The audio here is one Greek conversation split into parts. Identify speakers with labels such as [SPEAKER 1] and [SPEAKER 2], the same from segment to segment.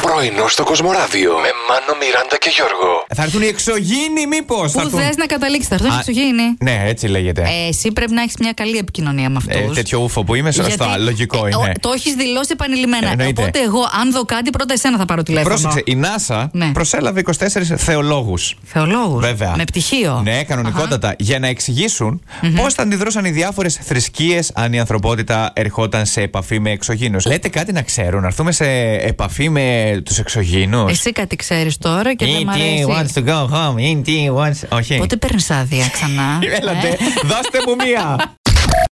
[SPEAKER 1] Πρωινό στο Κοσμοράδιο με Μάνο, Μιράντα και Γιώργο.
[SPEAKER 2] Θα έρθουν οι εξωγήινοι, μήπως.
[SPEAKER 3] Πού θες να καταλήξεις, θα έρθω στο γίνει.
[SPEAKER 2] Ναι, έτσι λέγεται.
[SPEAKER 3] Ε, Εσύ πρέπει να έχεις μια καλή επικοινωνία με αυτού.
[SPEAKER 2] Ε, τέτοιο ούφο που είμαι, σωστά. Λογικό είναι.
[SPEAKER 3] ε, Το έχεις δηλώσει επανειλημμένα.
[SPEAKER 2] Εννοείται.
[SPEAKER 3] Οπότε εγώ, αν δω κάτι, πρώτα εσένα θα πάρω τηλέφωνο.
[SPEAKER 2] Πρόσεξε, η NASA
[SPEAKER 3] Ναι.
[SPEAKER 2] προσέλαβε 24 θεολόγους.
[SPEAKER 3] Θεολόγους.
[SPEAKER 2] Βέβαια.
[SPEAKER 3] Με πτυχίο.
[SPEAKER 2] Ναι, κανονικότατα. Για να εξηγήσουν πώς θα αντιδρούσαν οι διάφορες θρησκείες αν η ανθρωπότητα ερχόταν σε επαφή με εξωγήνους. Λέτε κάτι να ξέρουν, να έρθουμε σε επαφή με τους εξωγήνου.
[SPEAKER 3] Εσύ κάτι ξέρεις τώρα και δεν μ' αρέσει.
[SPEAKER 2] to go home. E.T. wants. Όχι.
[SPEAKER 3] Πότε παίρνεις άδεια ξανά.
[SPEAKER 2] Έλατε, δώστε μου μία.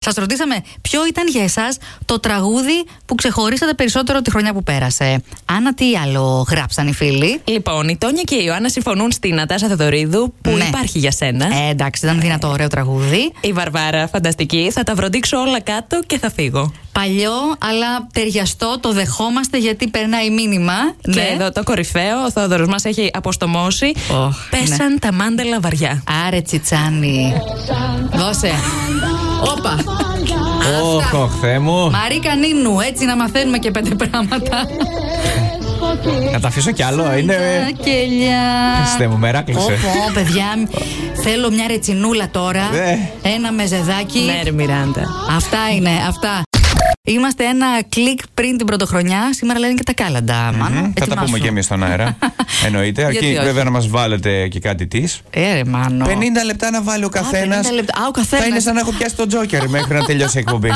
[SPEAKER 3] Σας ρωτήσαμε ποιο ήταν για εσάς το τραγούδι που ξεχωρίσατε περισσότερο τη χρονιά που πέρασε. Άννα, τι άλλο γράψαν οι φίλοι.
[SPEAKER 4] Λοιπόν, η Τόνια και η Ιωάννα συμφωνούν στην Νατάσα Θεοδωρίδου που
[SPEAKER 3] Ναι.
[SPEAKER 4] υπάρχει για σένα.
[SPEAKER 3] Ε, εντάξει, ήταν δυνατό, ωραίο τραγούδι.
[SPEAKER 4] Η Βαρβάρα, φανταστική. Θα τα βροντίξω όλα κάτω και θα φύγω.
[SPEAKER 3] Παλιό, αλλά ταιριαστό, το δεχόμαστε γιατί περνάει μήνυμα. Ναι.
[SPEAKER 4] Και εδώ το κορυφαίο, ο Θόδωρο μας έχει αποστομώσει.
[SPEAKER 3] Ωχ,
[SPEAKER 4] Πέσαν τα μάντελα βαριά.
[SPEAKER 3] Άρε τσιτσάνι. Δώσε. Όπα.
[SPEAKER 2] Ωχ, ωχ, Θεέ μου.
[SPEAKER 3] Μαρίκα Νίνου, έτσι να μαθαίνουμε και πέντε πράγματα.
[SPEAKER 2] Να τα αφήσω κι άλλο. Είναι.
[SPEAKER 3] Τα κελιά.
[SPEAKER 2] Ναι, Χριστέ μου, με ράκλησε.
[SPEAKER 3] Όπο, παιδιά, θέλω μια ρετσινούλα τώρα.
[SPEAKER 2] Ναι.
[SPEAKER 3] Ένα μεζεδάκι.
[SPEAKER 4] Ναι, ρε Μιράντα.
[SPEAKER 3] Αυτά είναι, αυτά. Είμαστε ένα κλικ πριν την πρωτοχρονιά. Σήμερα λένε και τα καλαντα
[SPEAKER 2] Μμμ, Θα τα πούμε και εμείς στον αέρα. Εννοείται.
[SPEAKER 3] Γιατί
[SPEAKER 2] Αρκεί
[SPEAKER 3] όχι.
[SPEAKER 2] βέβαια να μας βάλετε και κάτι της.
[SPEAKER 3] Ε,
[SPEAKER 2] 50 λεπτά να βάλει ο καθένα.
[SPEAKER 3] 50 λεπτά. Α, ο καθένας.
[SPEAKER 2] Θα είναι σαν να έχω πιάσει τον Τζόκερ μέχρι να τελειώσει η εκπομπή.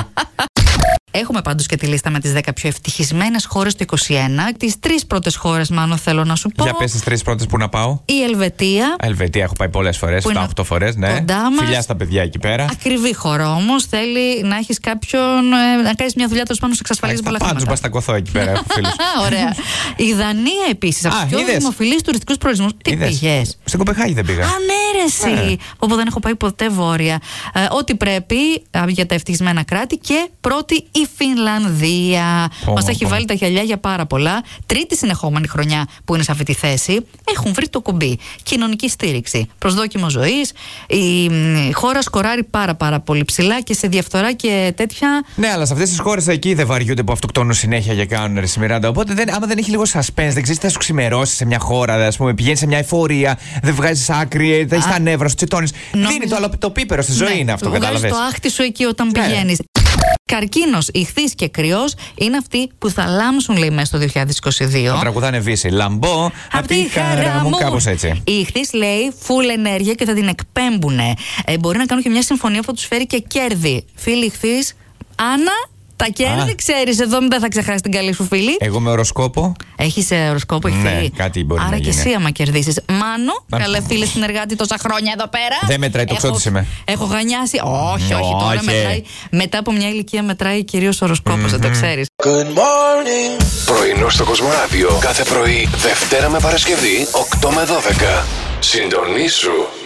[SPEAKER 3] Έχουμε πάντως και τη λίστα με τις 10 πιο ευτυχισμένες χώρες του 21. Τις τρεις πρώτες χώρες, μάλλον θέλω να σου πω.
[SPEAKER 2] Για πες τις τρεις πρώτες που να πάω.
[SPEAKER 3] Η Ελβετία.
[SPEAKER 2] Ελβετία έχω πάει πολλές φορές,
[SPEAKER 3] Που είναι
[SPEAKER 2] 7-8 φορές. Ναι.
[SPEAKER 3] κοντά μας.
[SPEAKER 2] Φιλιά στα παιδιά εκεί πέρα.
[SPEAKER 3] Ακριβή χώρα όμως. Θέλει να έχεις κάποιον. ε, να κάνεις μια δουλειά τέλος πάνω σε εξασφαλίζει
[SPEAKER 2] Εντάξει,
[SPEAKER 3] πολλά
[SPEAKER 2] Θα πάντζου
[SPEAKER 3] χρήματα.
[SPEAKER 2] μπαστακωθώ εκεί πέρα. έχω φίλους.
[SPEAKER 3] Α, Ωραία. Η Δανία επίσης. Από
[SPEAKER 2] Α,
[SPEAKER 3] τους πιο
[SPEAKER 2] είδες.
[SPEAKER 3] δημοφιλείς τουριστικούς προορισμούς. Τι
[SPEAKER 2] Είδες.
[SPEAKER 3] πηγέ.
[SPEAKER 2] Στην Κοπεχάγη δεν πήγα. Ναι.
[SPEAKER 3] Ανέρεση. ναι, Όπου δεν έχω πάει ποτέ βόρεια. Ε, ό,τι πρέπει α, για τα ευτυχισμένα κράτη και πρώτη η Φινλανδία.
[SPEAKER 2] Πω,
[SPEAKER 3] Μας έχει
[SPEAKER 2] πω.
[SPEAKER 3] βάλει τα γυαλιά για πάρα πολλά. Τρίτη συνεχόμενη χρονιά που είναι σε αυτή τη θέση. Έχουν βρει το κουμπί. Κοινωνική στήριξη. Προσδόκιμο ζωής. Η, μ, η χώρα σκοράρει πάρα, πάρα πολύ ψηλά και σε διαφθορά και τέτοια.
[SPEAKER 2] Ναι, αλλά σε αυτές τις χώρες εκεί δεν βαριούνται που αυτοκτονούν συνέχεια και κάνουν ρε Σιμιράντα. Οπότε δεν, άμα δεν έχει λίγο suspense, δεν ξέρεις τι θα σου ξημερώσει σε μια χώρα, ας πούμε, πηγαίνεις σε μια εφορία, δεν βγάζεις άκρη, ε, δεν έχει τα νεύρα, σου τσιτώνεις.
[SPEAKER 3] Νόμιζα-
[SPEAKER 2] Δίνει το, άλλο- το πίπερο στη ζωή
[SPEAKER 3] Ναι,
[SPEAKER 2] είναι αυτό,
[SPEAKER 3] βγάζεις
[SPEAKER 2] κατάλαβε.
[SPEAKER 3] το άχτη σου εκεί όταν
[SPEAKER 2] Ναι.
[SPEAKER 3] πηγαίνεις. Καρκίνος, ηχθής και κρυός είναι αυτοί που θα λάμψουν, λέει, μέσα στο 2022.
[SPEAKER 2] Να τραγουδάνε βύση. Λαμπό, απ'
[SPEAKER 3] Απ' τη χαρά μου.
[SPEAKER 2] κάπως έτσι.
[SPEAKER 3] Η ηχθής λέει full ενέργεια και θα την εκπέμπουνε. Ε, μπορεί να κάνουν και μια συμφωνία που θα τους φέρει και κέρδη. Φίλοι ηχθή, Άννα, τα
[SPEAKER 2] Α.
[SPEAKER 3] κέρδη ξέρεις. Εδώ μην τα θα ξεχάσεις την καλή σου φίλη.
[SPEAKER 2] Εγώ με οροσκόπο.
[SPEAKER 3] Έχεις οροσκόπο ηχθή.
[SPEAKER 2] Ναι, κάτι μπορεί
[SPEAKER 3] Άρα
[SPEAKER 2] να
[SPEAKER 3] και
[SPEAKER 2] γίνει.
[SPEAKER 3] εσύ άμα κερδίσεις. Μάνο,
[SPEAKER 2] Α.
[SPEAKER 3] καλέ φίλε συνεργάτη τόσα χρόνια εδώ πέρα.
[SPEAKER 2] Δεν μετράει, το
[SPEAKER 3] Έχω-
[SPEAKER 2] ξόντισε με.
[SPEAKER 3] Έχω γανιάσει. Όχι,
[SPEAKER 2] Ω,
[SPEAKER 3] όχι, τώρα
[SPEAKER 2] όχι.
[SPEAKER 3] μετράει. Μετά από μια ηλικία μετράει κυρίως οροσκόπος, δεν το ξέρεις.
[SPEAKER 1] Πρωινό στο Κοσμοράδιο κάθε πρωί, Δευτέρα με Παρασκευή, 8 με 12. Συντονίσου